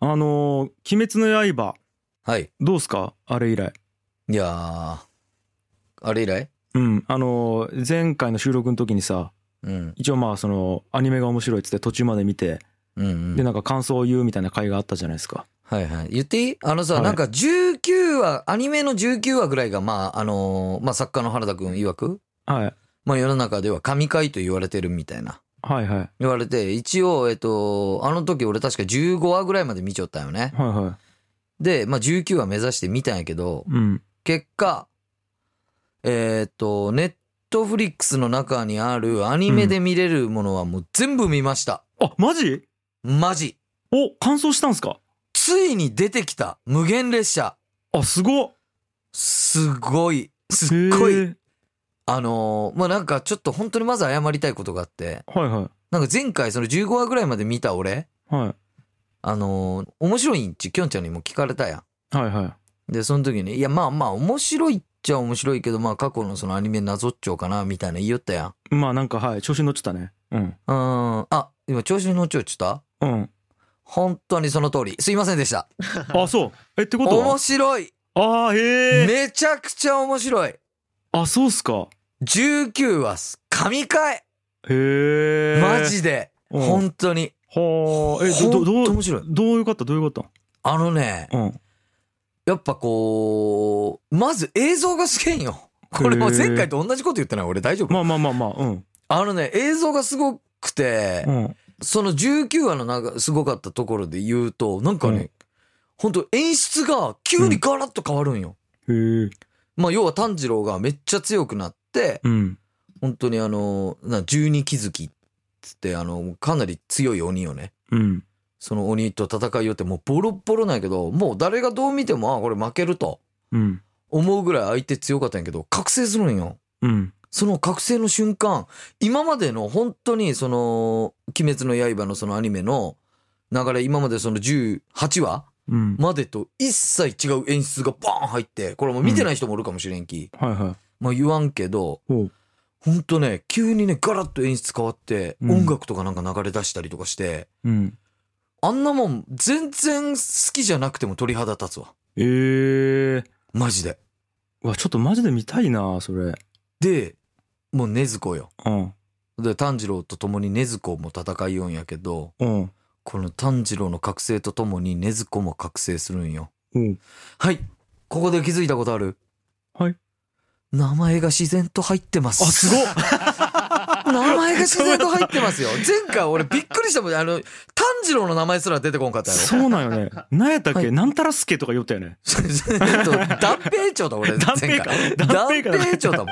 あのー鬼滅の刃」はい。どうっすかあれ以来いやー、あれ以来うんあのー前回の収録の時にさうん。一応まあそのアニメが面白いっつって途中まで見てうん、うん。でなんか感想を言うみたいな回があったじゃないですかはいはい。言っていいあのさ、はいなんか19話、アニメの19話ぐらいが、まあ、あのーまあ、作家の原田くん曰く、はいまあ、世の中では神回と言われてるみたいな。はいはい言われて、一応、えっと、あの時俺確か15話ぐらいまで見ちゃったよね。はいはで、まあ、19話目指して見たんやけど、いうん結果、えっと、ネットフリックスの中にあるアニメで見れるものはもう全部見ました。あマジマジ。お感想したんすかついに出てきた無限列車。あすごっすごい。すっごへい。ーあのーまあ、なんかちょっと本当にまず謝りたいことがあって、はいはなんか前回その15話ぐらいまで見た俺、いはあのー面白いんち、きょんちゃんにも聞かれたやいはいはいん。で、その時に、いや、まあまあ面白いっちゃ面白いけど、まあ過去のそのアニメなぞっちょうかな、みたいな言いよったやん。まあなんかはい調子に乗っちゃったねうんうーん。あ、今調子に乗っちゃうちょったう ん本当にその通り。すいませんでした。あそうえってこと面は白いあーへえ、めちゃくちゃ面白いあそうっすか !19 話す、神回へえマジでうん本当にはあえどどほどんとう面白いどうよかったどうよかっあのね、たうんやっぱこう、まず映像がすげえんよ。これもう前回と同じこと言ってない俺大丈夫まあまあまあまあうんあのね、映像がすごくてう、んその19話のなんかすごかったところで言うと、なんかうね、ほんと演出が急にガラッと変わるんよ。へえまあ要は炭治郎がめっちゃ強くなって、うん本当にあの、な十二気づきっつって、あの、かなり強い鬼よね。うんその鬼と戦いよってもうボロッボロなんやけど、もう誰がどう見ても、あ、これ負けるとうん思うぐらい相手強かったんやけど、覚醒するんよ。うんその覚醒の瞬間、今までの本当にその、鬼滅の刃のそのアニメの流れ、今までその18話うんまでと一切違う演出がバーン入って、これもう見てない人もおるかもしれんき。はいはいまあ言わんけど、おうほんとね、急にね、ガラッと演出変わって、うん音楽とかなんか流れ出したりとかして、うんあんなもん、全然好きじゃなくても鳥肌立つわ。ええー、マジで。うわちょっとマジで見たいなそれで、もう禰豆子よ。うんで、炭治郎と共に禰豆子も戦いようんやけど、うんこの炭治郎の覚醒と共に禰豆子も覚醒するんよ。うんはい。ここで気づいたことあるはい。名前が自然と入ってます。あすごっ 名前が自然と入ってますよ。前回俺びっくりしたもん。あの、炭治郎の名前すら出てこんかったよ。 そうなんよねなんやったっけ、はいなんたらすけとか言ったよねえっと、断平町 だ俺、断前平回か。断断平平か町だ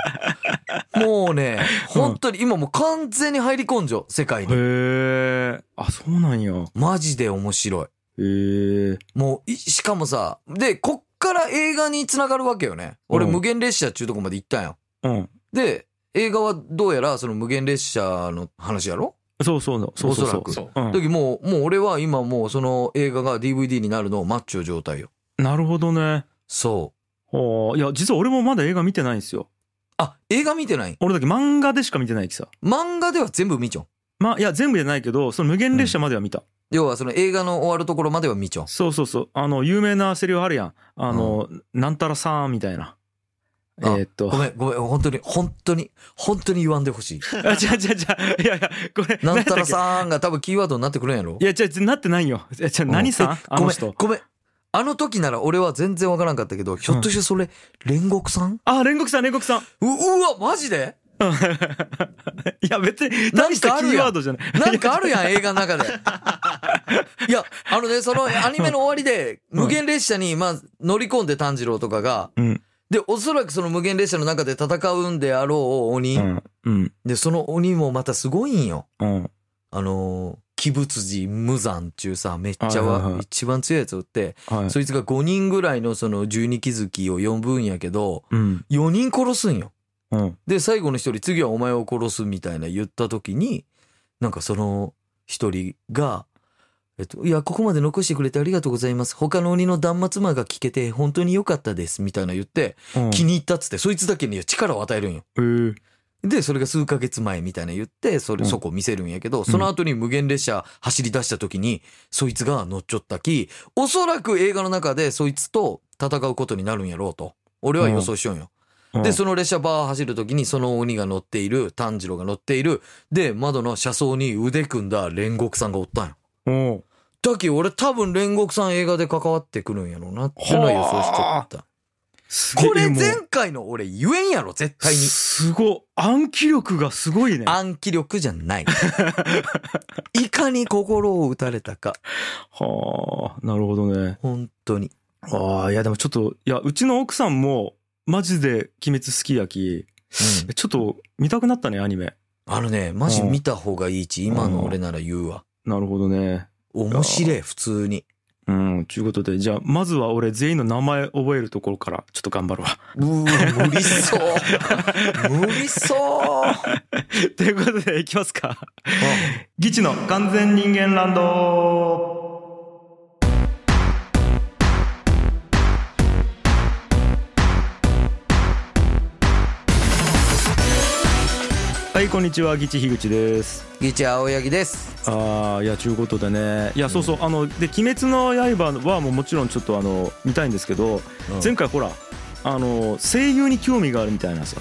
もん。もうね、本当に今もう完全に入り込んじゃう、世界へに。えあそうなんやへマジで面白い。えー、もうい、しかもさ、で、こっから映画に繋がるわけよね。俺、うん無限列車っちゅうとこまで行ったんよ。うんで、映画はどうやらその無限列車の話やろそうそうそうそうそおうそらくう、時もう、もう俺は今もうその映画が DVD になるのをマッチョ状態よ。ん、なるほどねそう。おいや実は俺もまだ映画見てないんですよあ、映画見てない俺だけ漫画でしか見てないきさ漫画では全部見ちょん。まあいや全部じゃないけどその無限列車までは見た、要はその映画の終わるところまでは見ちょん。そうそうそうあの有名なセリフあるやんあの、なんたらさんみたいなえあーっとごめん、ごめん、本当に、本当に、本当に言わんでほしい。 あ、違う違う違う。いやいや、これ、な何やんたらったっさんが多分キーワードになってくるんやろけいや、違う、なってないよ。いや違う、うん何さえんあごのめん人。ごめん。あの時なら俺は全然わからんかったけど、ひょっとしてそれ、煉獄さんあ、煉獄さん、煉獄さん。 う、うわ、マジでいや、別に、なん大しかたあキるやんーワードじゃない。なんかあるやん、映画の中で。 いや、あのね、そのアニメの終わりで、ん無限列車に、まあ、乗り込んで炭治郎とかが、うん。で、おそらくその無限列車の中で戦うんであろう鬼。うん。うん。で、その鬼もまたすごいんよ。うん。あのー、鬼仏寺無惨中さ、めっちゃはいはいはわい一番強いやつおって、はい。そいつが5人ぐらいのその十二気づきを呼ぶんやけど、うん。 4人殺すんよ。うん。で、最後の一人、次はお前を殺すみたいな言った時に、なんかその一人が、えっと、いや、ここまで残してくれてありがとうございます。他の鬼の断末魔が聞けて本当に良かったです。みたいな言って、うん。気に入ったっつって、そいつだけに力を与えるんよ。えーでそれが数ヶ月前みたいな言ってそれうんそこ見せるんやけど、その後に無限列車走り出した時にそいつが乗っちょったきおそらく映画の中でそいつと戦うことになるんやろうと俺は予想しよんよ。うんでその列車バー走る時にその鬼が乗っている炭治郎が乗っているで窓の車窓に腕組んだ煉獄さんがおったんよ。おうだき俺多分煉獄さん映画で関わってくるんやろうなってのは予想しちゃった。すげえこれもう前回の俺言えんやろ絶対に。すごい暗記力がすごいね暗記力じゃない。いかに心を打たれたか。はあなるほどね本当に。ああいやでもちょっといやうちの奥さんもマジで「鬼滅好きやき」うんちょっと見たくなったねアニメあのね、マジ見た方がいいち、今の俺なら言うわ。なるほどね面白い、普通に。うんちゅうことでじゃあまずは俺全員の名前覚えるところからちょっと頑張るわうー無理 そう。無理そう。あ ということでいきますかギチの完全人間ランドはいこんにちはギチ樋口ですギチ青柳です。ああいやちゅうことでねいやそうそう、あので「鬼滅の刃」はもうもちろんちょっとあの見たいんですけど、うん前回ほらあの声優に興味があるみたいなさ、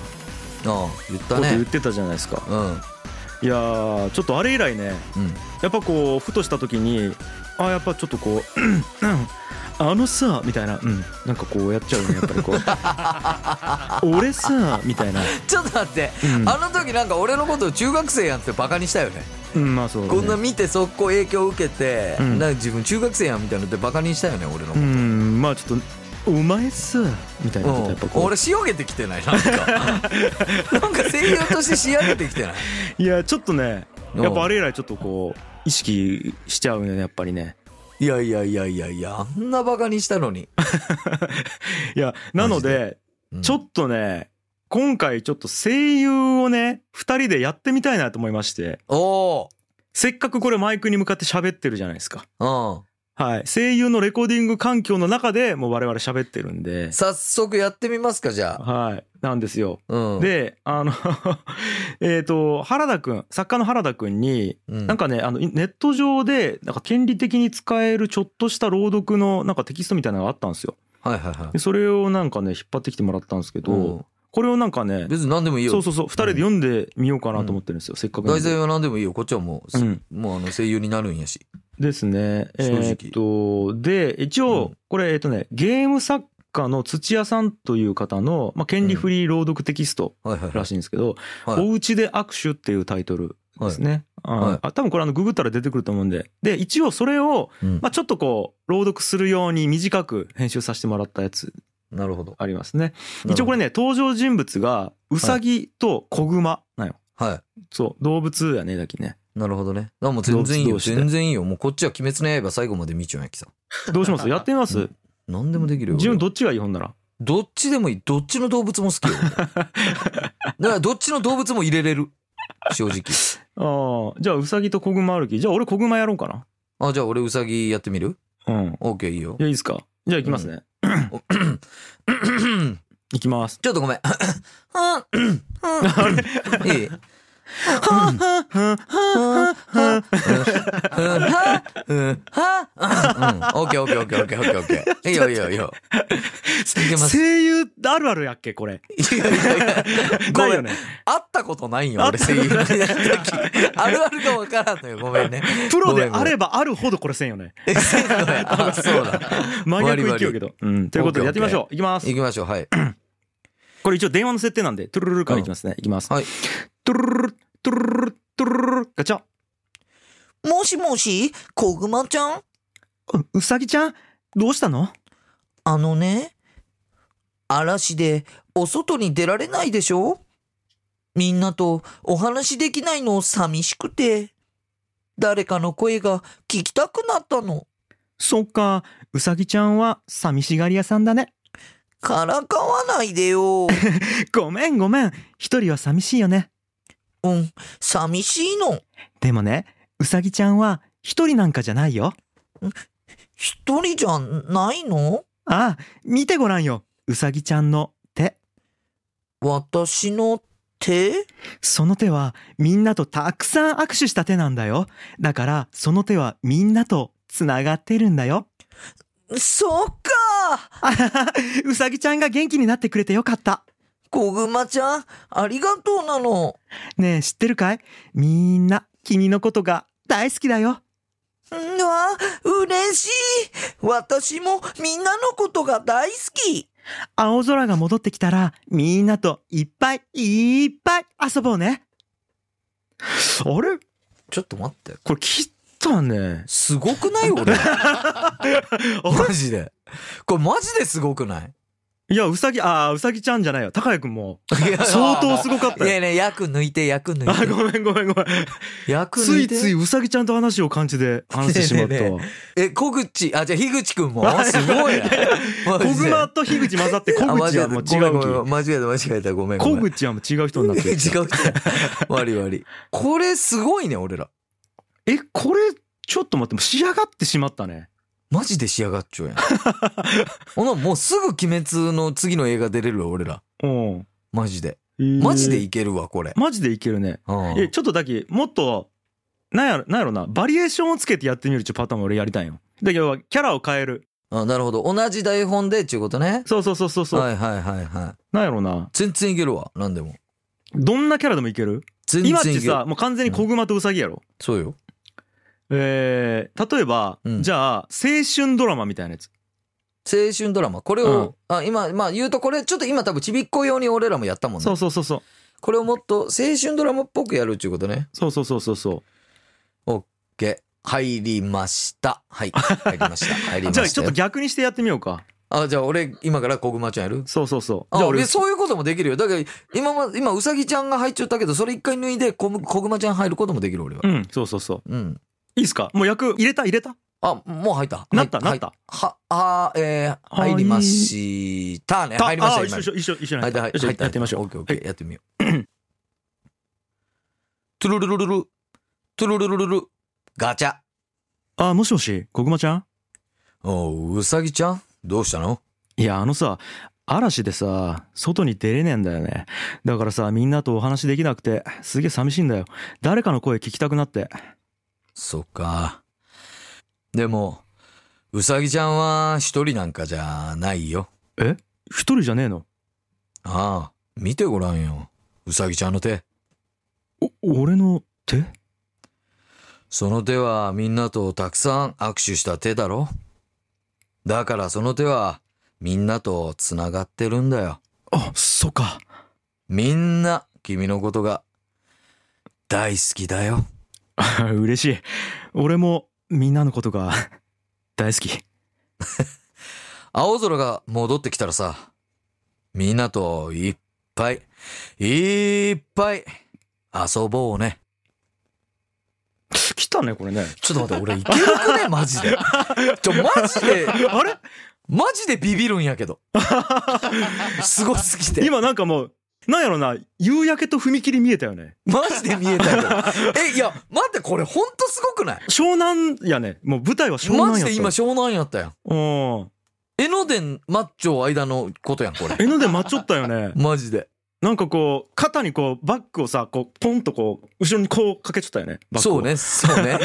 ああ言っこたと言っね。てたじゃないですかうん。うん。いやーちょっとあれ以来ねやっぱこうふとした時にあーやっぱちょっとこううんうん「あのさ」みたいな、うん、なんかこうやっちゃうねやっぱりこう「 俺さ」みたいな、ちょっと待って。うんあの時なんか俺のことを中学生やんってバカにしたよね。うん、まあそうだねこんな見て速攻影響受けて、うんなんか自分中学生やんみたいなのってバカにしたよね、俺のこうと。んまあちょっと「お前さ」みたいなことやっぱこう俺仕上げてきてな いなんかなんか声優として仕上げてきてないいやちょっとねうんやっぱあれ以来ちょっとこう意識しちゃうねやっぱりねいやいやいやいやいやあんなバカにしたのに、いやなのでうんちょっとね今回ちょっと声優をね2人でやってみたいなと思いましておせっかくこれマイクに向かって喋ってるじゃないですかおはい声優のレコーディング環境の中でもう我々喋ってるんでうん早速やってみますかじゃあ、はいなんですようん、、であの えっと原田くん作家の原田くんにうん、なんかねあのネット上でなんか権利的に使えるちょっとした朗読のなんかテキストみたいなのがあったんですよ。はいはいはいでそれをなんかね引っ張ってきてもらったんですけど、これをなんかねん、別に何でもいいよそうそうそう2人で読んでみようかなと思ってるんですよ、せっかくなん題で材は何でもいいよこっちはもう、うんもうあの声優になるんやしですねえ正直ーっとで一う応んこれえっとねゲーム作家の土屋さんという方の、まあ、権利フリー朗読テキストはいはいはらいしいんですけど「はいおうちで握手」っていうタイトルですね、はいああ多分これあのググったら出てくると思うんでで一応それをうんまあ、ちょっとこう朗読するように短く編集させてもらったやつなるほどありますね一応これねね登場人物がウサギと子グマなんよ、はそう動物やねだきねいなるほどねあもう全然いいどようして全然いいよもうこっちは「鬼滅の刃」最後まで見ちょんやきさどうします やってみます、うん何でもできるよ自俺分はどっちがいいほんならどっちでもいい。どっちの動物も好きよ。俺だからどっちの動物も入れれる。正直。ああじゃあウサギと子グマ歩きじゃあ俺子グマやろうかあ、じゃあ俺ウサギやってみるなうん ?OK いいよい。やいいですかじゃあ行きますね、ち行き ますょっとごめん。いいははうんはうんオッケーオッケーオッケーオッケーオッケーオッケー。いいよいいよいいよ。いけます。声優あるあるやっけこれいやいやいやごないめよん。ね会ったことないよ、俺声優になった時。あるあるかわからんのよ、ごめんね。プロごめでんごめんあればあるほどこれせんよねえそうだあ そうだ。真割逆り割いりきようけどうんということでやってみましょう行きます行きましょう、はい。これ一応電話の設定なんで、トゥルルルからいきますね。いきます。はい。トゥルルル、トゥルルル、トゥルルル、ガチャ。もしもし、こぐまちゃんううさぎちゃん、どうしたのあのね、嵐でお外に出られないでしょみんなとお話できないの寂しくて、誰かの声が聞きたくなったの。そっか、うさぎちゃんは寂しがり屋さんだね。からかわないでよ。 ごめんごめん、一人は寂しいよね。うん、寂しいの。でもね、うさぎちゃんは一人なんかじゃないよ。一人じゃないのああ、見てごらんよ。うさぎちゃんの手。私の手その手はみんなとたくさん握手した手なんだよ。だからその手はみんなとつながってるんだよ。 そっかあははうさぎちゃんが元気になってくれてよかった。小熊ちゃん、ありがとうなの。ねえ知ってるかいみんな君のことが大好きだよ。うわ、嬉しい私もみんなのことが大好き青空が戻ってきたらみんなといっぱいいっぱい遊ぼうね。あれちょっと待って。これ切ったね。すごくない 俺。マジで。これマジですごくない いや、うさぎ、あーうさぎちゃんじゃないよ。高谷くんも。いや相当すごかったいよ。やいや、役抜いて、役抜あ、いごめんごめんごめん。て。役つ抜いいて。ついうさぎちゃんと話を感じで話してしまった。ねえねえねえ、小口、あ、じゃあ、樋口くん も。すごいな。マ 小ジで熊と樋口混ざって小あ間違口えはたもう違ごめんごうめん間違えた、間違えた。ごめん気。ご小めん。口はもう違う人になって違るう。 違う。悪い悪い。これすごいね、俺ら。え、これ、ちょっと待って、もう仕上がってしまったね。マジで仕上がっちゃうやん。 ほな、もうすぐ鬼滅の次の映画出れるわ、俺ら。うん。マジで。えーマジでいけるわ、これ。マジでいけるね。うんえ、ちょっとだけ、もっと、なんやろ、なんやろな、バリエーションをつけてやってみるっていうパターンも俺やりたいよ。だけど、キャラを変える。あなるほど。同じ台本で、ちゅうことね。そうそうそうそう。そうはいはいはいはい。なんやろな、全然いけるわ、なんでも。どんなキャラでもいける全然今っいちけるさ、。もう完全に小熊とウサギやろ。そうよ。えー、例えば、うんじゃあ、青春ドラマみたいなやつ。青春ドラマ。これを、あ、今、まあ言うとこれ、ちょっと今多分ちびっこ用に俺らもやったもんそねう。そうそうそう。これをもっと青春ドラマっぽくやるっていうことね。そうそうそうそうそう。 OK。入りました。はい。入りました。入りましたじよ。ゃ あちょっと逆にしてやってみようか。あ、じゃあ俺、今から小熊ちゃんやるそうそうそう。あじゃあ俺で、そういうこともできるよ。だから、今ま、今、うさぎちゃんが入っちゃったけど、それ一回脱いで、小む小熊ちゃん入ることもできる、俺はう。ん、そうそうそう。うん。いいっすかもう役入れた入れたあ、もう入った。なったはいなった。は、あー、えー、はい入りましたね。た入りました、あ今。一緒一緒一緒一緒はい、なはんい、だよし入った。やってみましょオう。ッケーオッケー、やってみよう。 トゥルルルルル、トゥルルルルル、ガチャ。あ、もしもし、小熊ちゃんおう、うさぎちゃんどうしたのいや、あのさ、嵐でさ、外に出れねえんだよね。だからさ、みんなとお話できなくて、すげえ寂しいんだよ。誰かの声聞きたくなって。そっか。でも、うさぎちゃんは一人なんかじゃないよ。一人じゃねえのああ、見てごらんよ。うさぎちゃんの手。お、俺の手その手はみんなとたくさん握手した手だろだからその手はみんなとつながってるんだよ。あ、そっか。みんな君のことが大好きだよ。 嬉しい。俺も、みんなのことが、 大好き。青空が戻ってきたらさ、みんなといっぱい、いっぱい遊ぼうね。来たね、これね。ちょっと待って、俺いけるくねマジで。 ちょ、マジで、 あれマジでビビるんやけど。すごすぎて。今なんかもう、なんやろな、夕焼けと踏切見えたよね。マジで見え たよ。え、いや、待って、これほんとすごくない湘南やね。もう舞台は湘マ南ジやで今湘南やったやん。うん。江ノ電マッチョ間のことや ん、これ。えので待っちょったよ ね。マジで。なんかこう、肩にこう、バッグをさ、こう、ポンとこう、後ろにこうかけちゃったよね。バッグをそう。ね、そうね。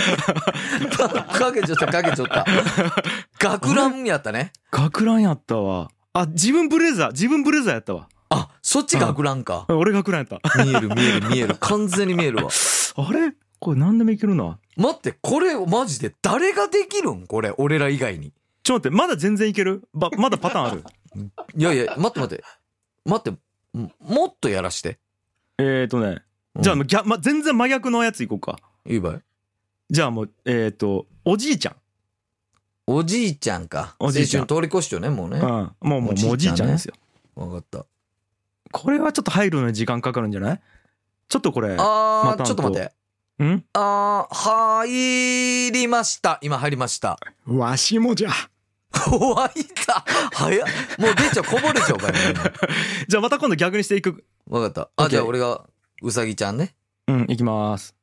かけちゃった、かけちゃった。学ランやったね。学ランやったわ。あ、自分ブレザー、自分ブレザーやったわ。あ、そっち学ランか。俺学ランやった。見える、見える、見える。完全に見えるわ。 あれこれ何でもいけるな。待って、これマジで誰ができるんこれ、俺ら以外に。ちょっと待って、まだ全然いけるば、まだパターンある。いやいや、待って待って。待って、ももっとやらして。えーとね。うんじゃあ、ぎゃま、全然真逆のやついこうか。いいばい。じゃあもう、えーと、おじいちゃん。おじいちゃんか。おじいちゃん青春通り越しよね、もうね。うん。もう、もう、もうおおじじいちいちゃゃんねんですよ。わかった。これはちょっと入るのに時間かかるんじゃないちょっとこれ。まあたー、ちょっと待って。んあー、入りました。今入りました。わしもじゃ。おわいた。早っ。もう出ちゃう、こぼれちゃうからね。じゃあまた今度逆にしていく。わかった。オッケーあ、じゃあ俺が、うさぎちゃんね。うん、いきます。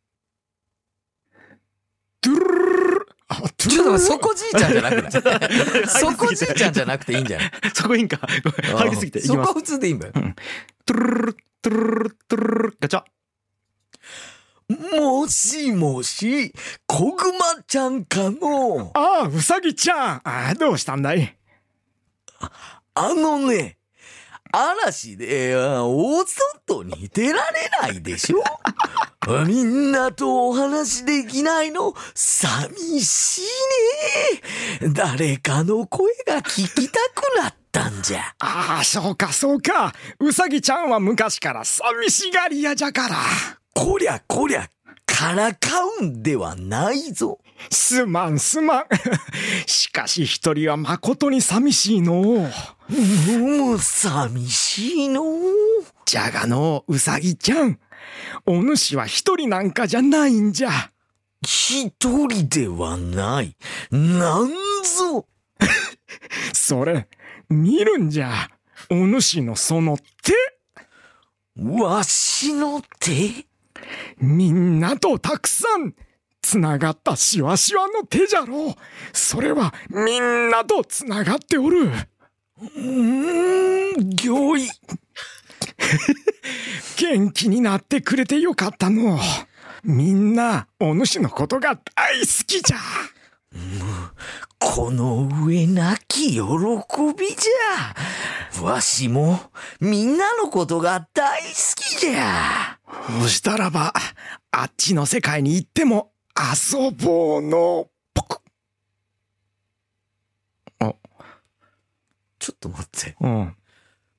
ちょっと待って、そこじいちゃんじゃなくな いそこじいちゃんじゃなくていいんじゃないそこいいんか。ごめん入りすぎて。いきそますこ。普通でいいんだよ。トゥルルルトゥルルルトゥルルルガチャもしもし、こぐまちゃんかの、ああウサギちゃんああどうしたんだいあのね、嵐で、あ大外に出られないでしょ あみんなとお話できないの、寂しいね。誰かの声が聞きたくなったんじゃ。ああ、そうかそうか。うさぎちゃんは昔から寂しがり屋じゃから。こりゃこりゃ、からかうんではないぞ。すまんすまん。 しかし一人は誠に寂しいのう。もう、寂しいの。じゃがのう、うさぎちゃん。お主は一人なんかじゃないんじゃ。一人ではない。なんぞ。それ、見るんじゃ。お主のその手。わしの手みんなとたくさん。つながったしわしわの手じゃろう。それはみんなとつながっておる。うーん、行為。元気になってくれてよかったのう。みんな、お主のことが大好きじゃ。この上なき喜びじゃ。わしも、みんなのことが大好きじゃ。そしたらば、あっちの世界に行っても遊ぼうの。ポクちょっと待って。うん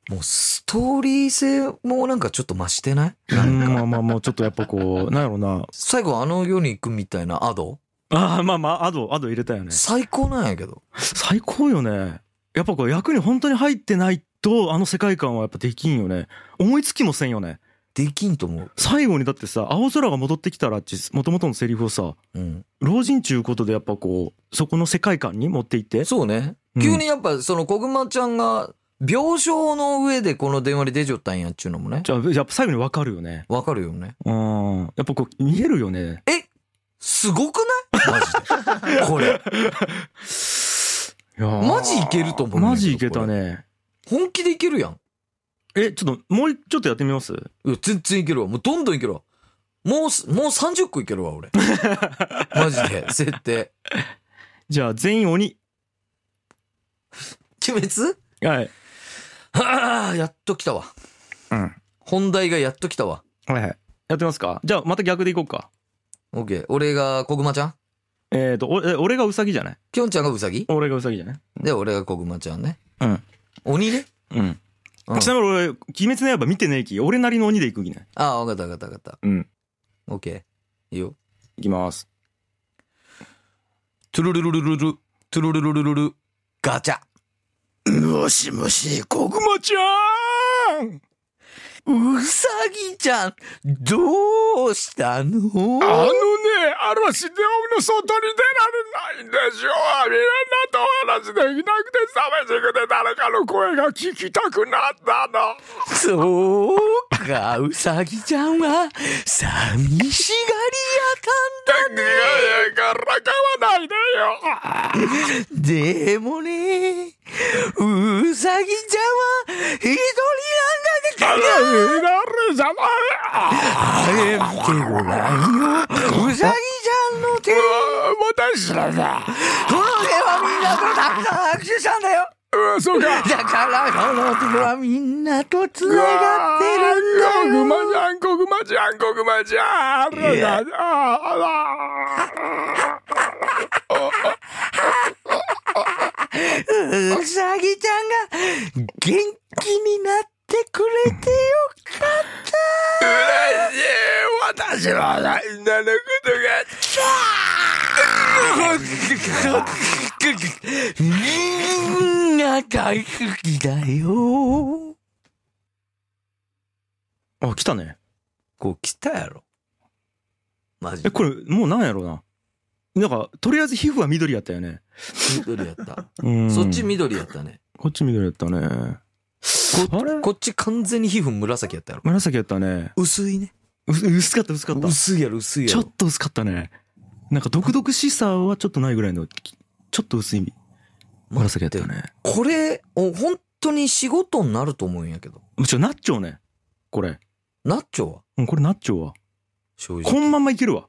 もうストーリー性もなんかちょっと増してないうんまあまあまあちょっとやっぱこうなんやろうな最後あの世に行くみたいなアドああまあまあアドアド入れたよね最高なんやけど。最高よねやっぱこう役に本当に入ってないとあの世界観はやっぱできんよね思いつきもせんよねできんと思う。最後にだってさ青空が戻ってきたらってもともとのセリフをさうん。老人ちゅうことでやっぱこうそこの世界観に持っていってそうね。うん急にやっぱその小熊ちゃんが病床の上でこの電話に出ちゃったんやっちゅうのもね。じゃあやっぱ最後に分かるよねわかるよね。うんやっぱこう見えるよねすごくないマジで。これ。いやーマジいけると思うんだけどマジいけたね本気でいけるやん。えちょっともうちょっとやってみますいや、全然いけるわ。もうどんどんいけるわ。もうす、もう30個いけるわ、俺。マジで、設定。じゃあ全員鬼鬼滅はいはあ、やっと来たわ。うん本題がやっと来たわ。はいはいやってますかじゃあまた逆でいこうかオッケー。俺が小熊ちゃんえっ、とおえ俺がウサギじゃないきょんちゃんがウサギ俺がウサギじゃないで、俺が小熊ちゃんね。うん鬼ね。うんうんちなみに俺、鬼滅の刃見てねえき、俺なりの鬼で行く気ね。ああ、わかったわかったわかった。うん。オッケー。いいよ。行きます。トゥルルルルルル、トゥルルルルルル、ガチャ。もしもし、こぐまちゃんうさぎちゃん、どうしたのあのね、嵐でおの外に出られないんでしょみんなとお話できなくて寂しくて誰かの声が聞きたくなったの。そうか、うさぎちゃんは、寂しだからかわないでよ。がり屋かんだ。でもね、うさぎちゃんは、一人あれ、誰じゃない。なんだけど、見てごらんよ。うさぎちゃんの手、これ私らだ。はみんなとたくさん握手したんだよ。うんそうか。だから、この手はみんなと繋がってるんだよ。こぐまちゃん、こぐまちゃん、こぐまちゃん。いやあらあら うさぎちゃんが元気になってくれてよかった。嬉しい。私ら女のことが。みんな大好きだよ。あ、来たね。こう来たやろ。マジえ、で。これ、もうなんやろうな。なんか、とりあえず皮膚は緑やったよね。緑やった。うんそっち、緑やったね。こっち緑やったね。あれこっち完全に皮膚紫やったやろ。紫やったね。薄いね。う薄かった、薄かった。薄いやろ、薄いやちょろ。っと薄かったね。なんか、毒々しさはちょっとないぐらいの、きちょっと薄い紫やったよね。これ、お本当に仕事になると思うんやけど。むしろなっちゃうね。これ。ナッチョはうんこれナッチョは正こ直。のまんまいけるわ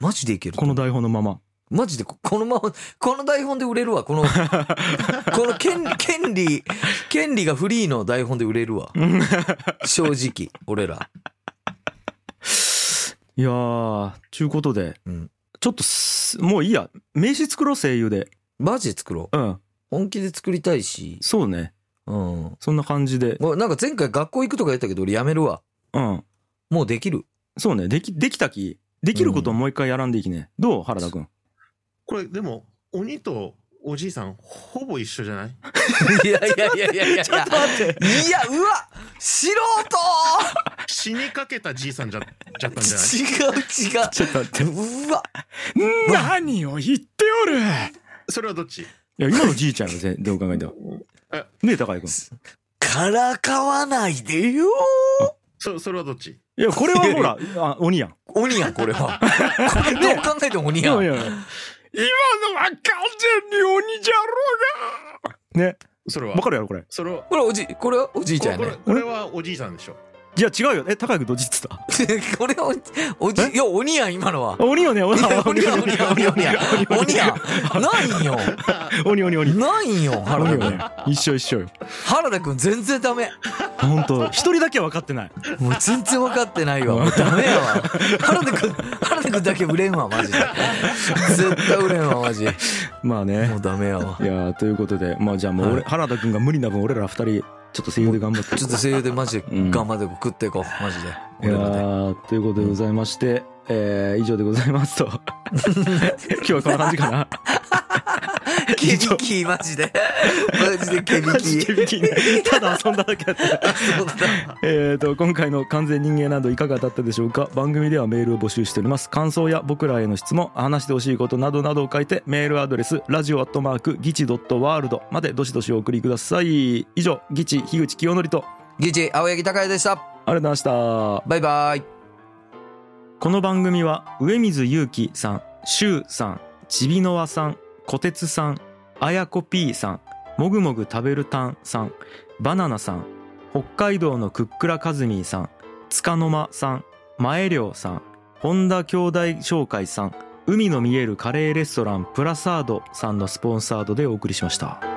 マジでいける。この台本のま まマジでこ、このまま、この台本で売れる わ。この、この権利、権利、権利がフリーの台本で売れるわ。正直、俺ら。いやーちゅうことで、うんちょっとすもういいや名刺作ろう声優でマジで作ろう。うん本気で作りたいし。そうねうん。そんな感じでもうなんか前回学校行くとか言ったけど、俺やめるわ。うんもうでき る。そうねできできたきできることをもう一回やらんでいきね、どう原田君これでも鬼とおじいさんほぼ一緒じゃないいやいやいやいやいや。ちょっと待って。いや、うわ素死にかけたじいさんじゃじゃったんじゃない人違う違う。ち ょっと待ってうわ何を言っておるそれはどっちいや今のじいちゃんよぜどう考えてもえね え高井君からかわないでよそそれはどっち いやこれはほらあ鬼やん鬼やん、これは。これどう考えても鬼やん。や今のは完全に鬼じゃろねそれはわかるやろこれそれはこれおじ、これはおじいちゃんこやれね。これはおじいさんでしょじゃあ違うよえ高井君どっちっつった これはおじ、おじ、いや、鬼やん、今のは。鬼よね 鬼いや鬼鬼やん、鬼やん、鬼やん、鬼やん。鬼やん。ないんよ。 鬼鬼鬼ないんよ、鬼原よ田ね君。一緒一緒よ原田君、全然ダメ。本当一人だけは分かってないもう全然分かってないわ。もうダメやわ。原田君、原田君だけ売れんわ、マジで。絶対売れんわ、マジ。まあねもうダメやわ。いやーということでまあじゃあもう俺、はい原田君が無理な分俺ら二人ちょっと声優で頑張ってちょっと声優でマジで頑張って食っていこう、マジで。いや俺らで。ーということでございまして、えー以上でございます と今日はこんな感じかなケビキーマジで。マジでケビマ キジー。でビキニただ遊んだだけだったそうだえー、と今回の「完全人間などいかがだったでしょうか番組ではメールを募集しております感想や僕らへの質問話してほしいことなどなどを書いてメールアドレスラジオアットマークギチドットワールドまでどしどしお送りください以上ギチ樋口清則とギチ、青柳高也でした。ありがとうございましたバイバイ。この番組は上水祐樹さんしゅうさんちびのわさんこてつさんあやこ P さんもぐもぐ食べるたんさんバナナさん北海道のクックラカズミーさんつかの間さん前涼さん本田兄弟紹介さん海の見えるカレーレストランプラサードさんのスポンサードでお送りしました。